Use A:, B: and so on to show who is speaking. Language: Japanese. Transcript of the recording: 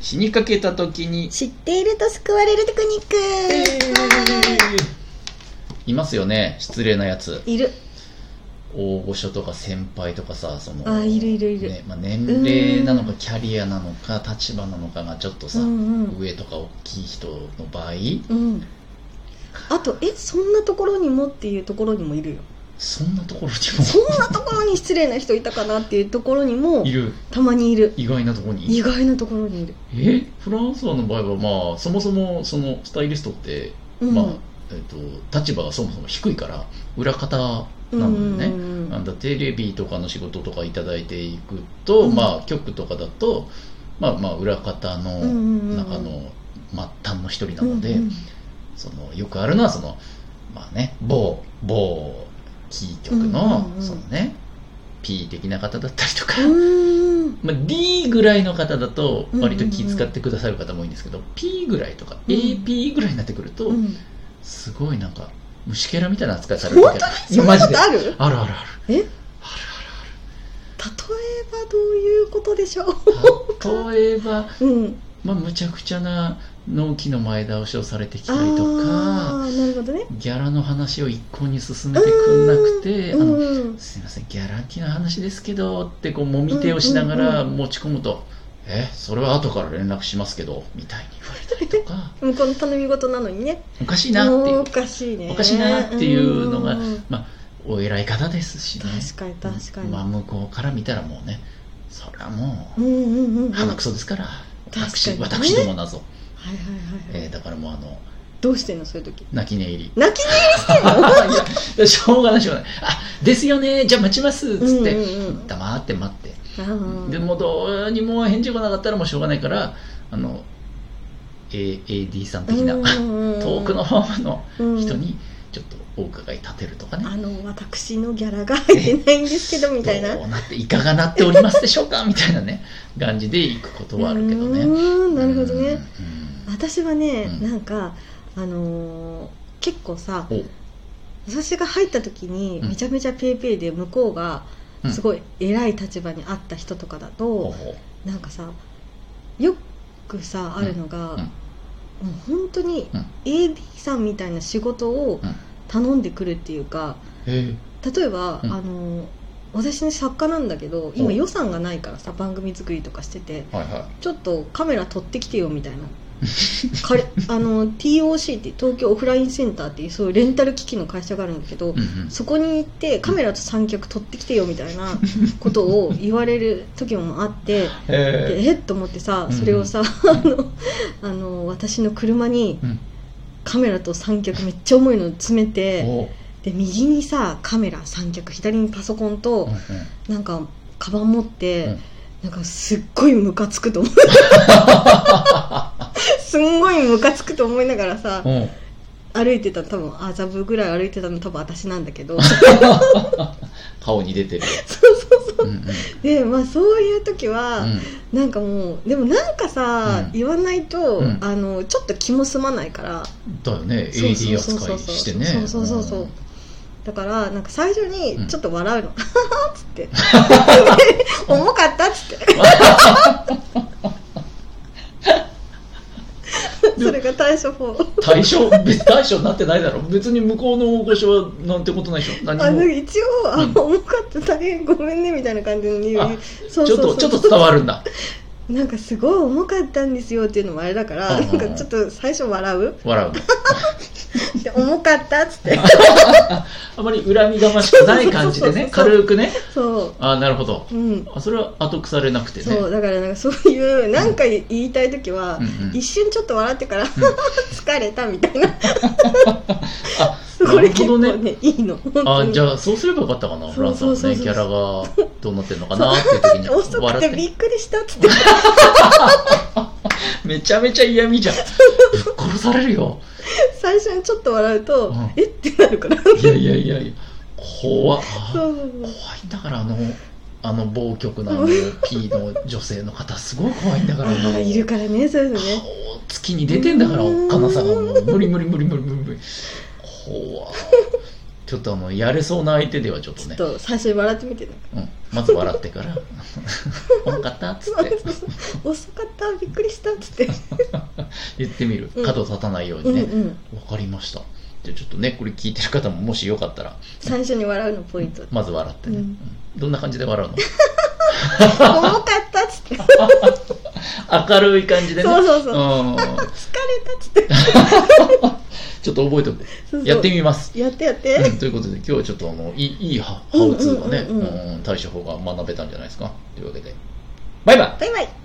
A: 死にかけた時に、
B: 知っていると救われるテクニック、
A: いますよね失礼なやつ
B: いる
A: 大御所とか先輩とかさその
B: あいるいるいる、
A: ねまあ、年齢なのかキャリアなのか立場なのかがちょっと
B: う
A: さ、
B: んうん
A: 上とか大きい人の場合
B: うんあとえそんなところにもっていうところにもいるよ
A: そんなところに
B: そんなところに失礼な人いたかなっていうところにも
A: もいる
B: たまにいる
A: 意外なところに
B: 意外なところにいる
A: えフランスはの場合はまあそもそもそのスタイリストって、
B: うん
A: まあえっと立場がそもそも低いから裏方な
B: うんう
A: の
B: ん
A: でね、
B: うん
A: なんだテレビとかの仕事とかいただいていくと、
B: うん
A: まあ局とかだとまあまあ裏方
B: うん
A: の
B: うんうん
A: 中の末端の一人なので、
B: うんうん
A: そのよくあるのはそのまあね某某キー局の、
B: うんうんうん
A: そのね P 的な方だったりとか、
B: うーん
A: まあ、D ぐらいの方だと割と気
B: うんうん
A: 遣
B: うん
A: ってくださる方も多いんですけど、P ぐらいとか
B: うん
A: AP ぐらいになってくると、
B: うん
A: すごいなんか虫けらみたいな扱いされる
B: 本
A: み
B: 当
A: たい
B: に
A: な
B: そんなことある例え
A: あるあるある
B: え
A: ある
B: ばどういうことでしょう、
A: ある例えば、
B: うん、
A: まあ、むちゃくちゃな納期の前倒しをされてきたりとか
B: ああーなるほどね
A: ギャラの話を一向に進めてくんなくて、
B: う
A: あの
B: ん
A: すいませんギャランティーの話ですけどってこうもみ手をしながら
B: うん
A: 持ち込むと、えそれは後から連絡しますけどみたいに言われたりとか
B: 向こうの頼み事なのにね
A: おかしいなっていう
B: おかしいね
A: おかしいなっていうのが
B: うん
A: お偉い方ですしね
B: 確かに確かに、
A: まあ、向こうから見たらもうねそれはも
B: うんうんうんうん
A: う鼻くそですから、
B: 確か
A: 私
B: にね
A: 私ども謎、
B: はいはいはい、はい
A: えーだからもうあの
B: どうしてんのそういう時
A: 泣き寝入り
B: 泣き寝
A: いやしょうがないしょうがないあですよねじゃあ待ちますっつって、
B: うんうんうん
A: 黙って待って
B: 入り
A: で
B: あー
A: もうどうにも返事がなかったらもうしょうがないからあの、A、AD さん的な、
B: うんうんう ん
A: 遠くの方の
B: うん
A: 人にちょっとお伺い立てるとかね、
B: あの私のギャラが入ってないんですけどみたいな
A: どうなっていかがなっておりますでしょうかみたいな ね感じで行くことはあるけど
B: う
A: ね。
B: ーんなるほどね
A: うん。
B: 私はね、
A: うん
B: なんかあのー結構さ
A: お
B: 私が入った時に
A: うん
B: めちゃめちゃペイペイで向こうが
A: うん
B: すごい偉い立場にあった人とかだ
A: ほう
B: と、
A: ほ
B: なんかさよくさあるのが、
A: うん
B: もう本当に
A: うん
B: AB さんみたいな仕事を
A: うん
B: 頼んでくるっていうか、
A: うへえ
B: 例えば、
A: うん
B: あの私ね作家なんだけど今
A: お
B: 予算がないからさ番組作りとかしてて
A: はいは
B: ちょっとカメラ撮ってきてよみたい なかれあの TOC って東京オフラインセンターっていうそういうレンタル機器の会社があるんだけど、
A: い。うんうん
B: そこに行ってカメラと三脚撮ってきてよみたいなことを言われる時もあって。
A: へえ
B: でえっと思ってさそれをさ、あのあの私の車に
A: うん
B: カメラと三脚めっちゃ重いの詰めて、
A: おう
B: で右にさカメラ三脚左にパソコンと
A: うんうん
B: なんかカバン持って、
A: うん
B: なんかすっごいムカつく と思うすんごいムカつくと思いながらさ
A: おう
B: 歩いてた多分麻布ぐらい歩いてたの多分私なんだけ ど
A: 顔に出てる。
B: そうそうそう
A: うんうん
B: でまあそういう時は、
A: うん
B: なんかもうでもなんかさ、
A: うん
B: 言わないと、
A: うん
B: あのちょっと気も済まないから
A: だよね
B: そう
A: AD
B: そう
A: 扱い
B: そうそう
A: してね
B: そうそうそうそう、
A: ん
B: だからなんか最初
A: うん
B: にちょっと笑うの「は はっつ って「重かった」っつってそれが対処法
A: 対象別対象になってないだろ別に向こうの大御所はなんてことないでしょ何
B: あ
A: も
B: の一応あ
A: うん
B: 重かった大変ごめんね」みたいな感じの言
A: あ
B: うそう
A: ち
B: そ
A: ょ
B: う
A: っとち
B: そ
A: ょ
B: う
A: っと伝わるんだ
B: なんかすごい重かったんですよっていうのもあれだから
A: ああ
B: なんかちょっと最初笑う
A: 笑うの
B: で重かったっつっ て
A: あまり恨みがましくない感じでね
B: そうそうそうそう
A: 軽くね
B: そ
A: あなるほど
B: ううん
A: あそれは後腐れなくてね
B: そうだからなんかそういうなんか言いたい時は
A: うんうん
B: 一瞬ちょっと笑ってから 疲れたみたいな
A: あ
B: こ
A: な
B: れ
A: る
B: 結
A: ほ
B: 構
A: ど
B: ね
A: ね
B: いいの本当
A: あ
B: に
A: じゃあそうすればよかったかなフランスの
B: そうそう
A: ね
B: そうそう
A: キャラがどうなってるのかなっていう時 に
B: 遅く
A: 笑
B: て
A: って
B: びっくりしたっ つって
A: めちゃめちゃ嫌味じゃんぶっ 殺されるよ
B: 最初にちょっと笑うと、
A: うん
B: えってなるからそう
A: いやいやいやいや怖っ
B: そうそう
A: 怖いんだからあのあの某局のあの P の女性の方すごい怖いんだから
B: あーいるからねそういうの
A: 顔
B: ね
A: 月に出てんだから
B: う
A: お
B: ん
A: っかなさがもう無理無理無理無理無理無理怖ちょっとあのやれそうな相手ではちょっと
B: ちょ
A: ね
B: っと最初に笑ってみてなんか
A: うん、まず笑ってから 「重かった?」っつって
B: 遅かったびっくりしたっつって
A: 言ってみる
B: うん
A: 角立たないよう
B: う
A: に
B: ん
A: ね、
B: うん
A: わかりましたじゃあちょっとねこれ聞いてる方ももしよかったら
B: 最初に笑うの ポイント重
A: まず笑ってね、
B: うん
A: うんどんな感じで笑うの
B: かったっつって疲れ
A: 明るい感じでね
B: そうそうそうんたっつって
A: ちょっと覚えておく
B: そうそう
A: やってみます
B: やってやっ
A: う
B: て
A: んということで今日はちょっとあのいいいいハハウツーがね
B: うんうんうんうん
A: うん対処法が学べたんじゃないですかというわけでバイバイ
B: バイバイ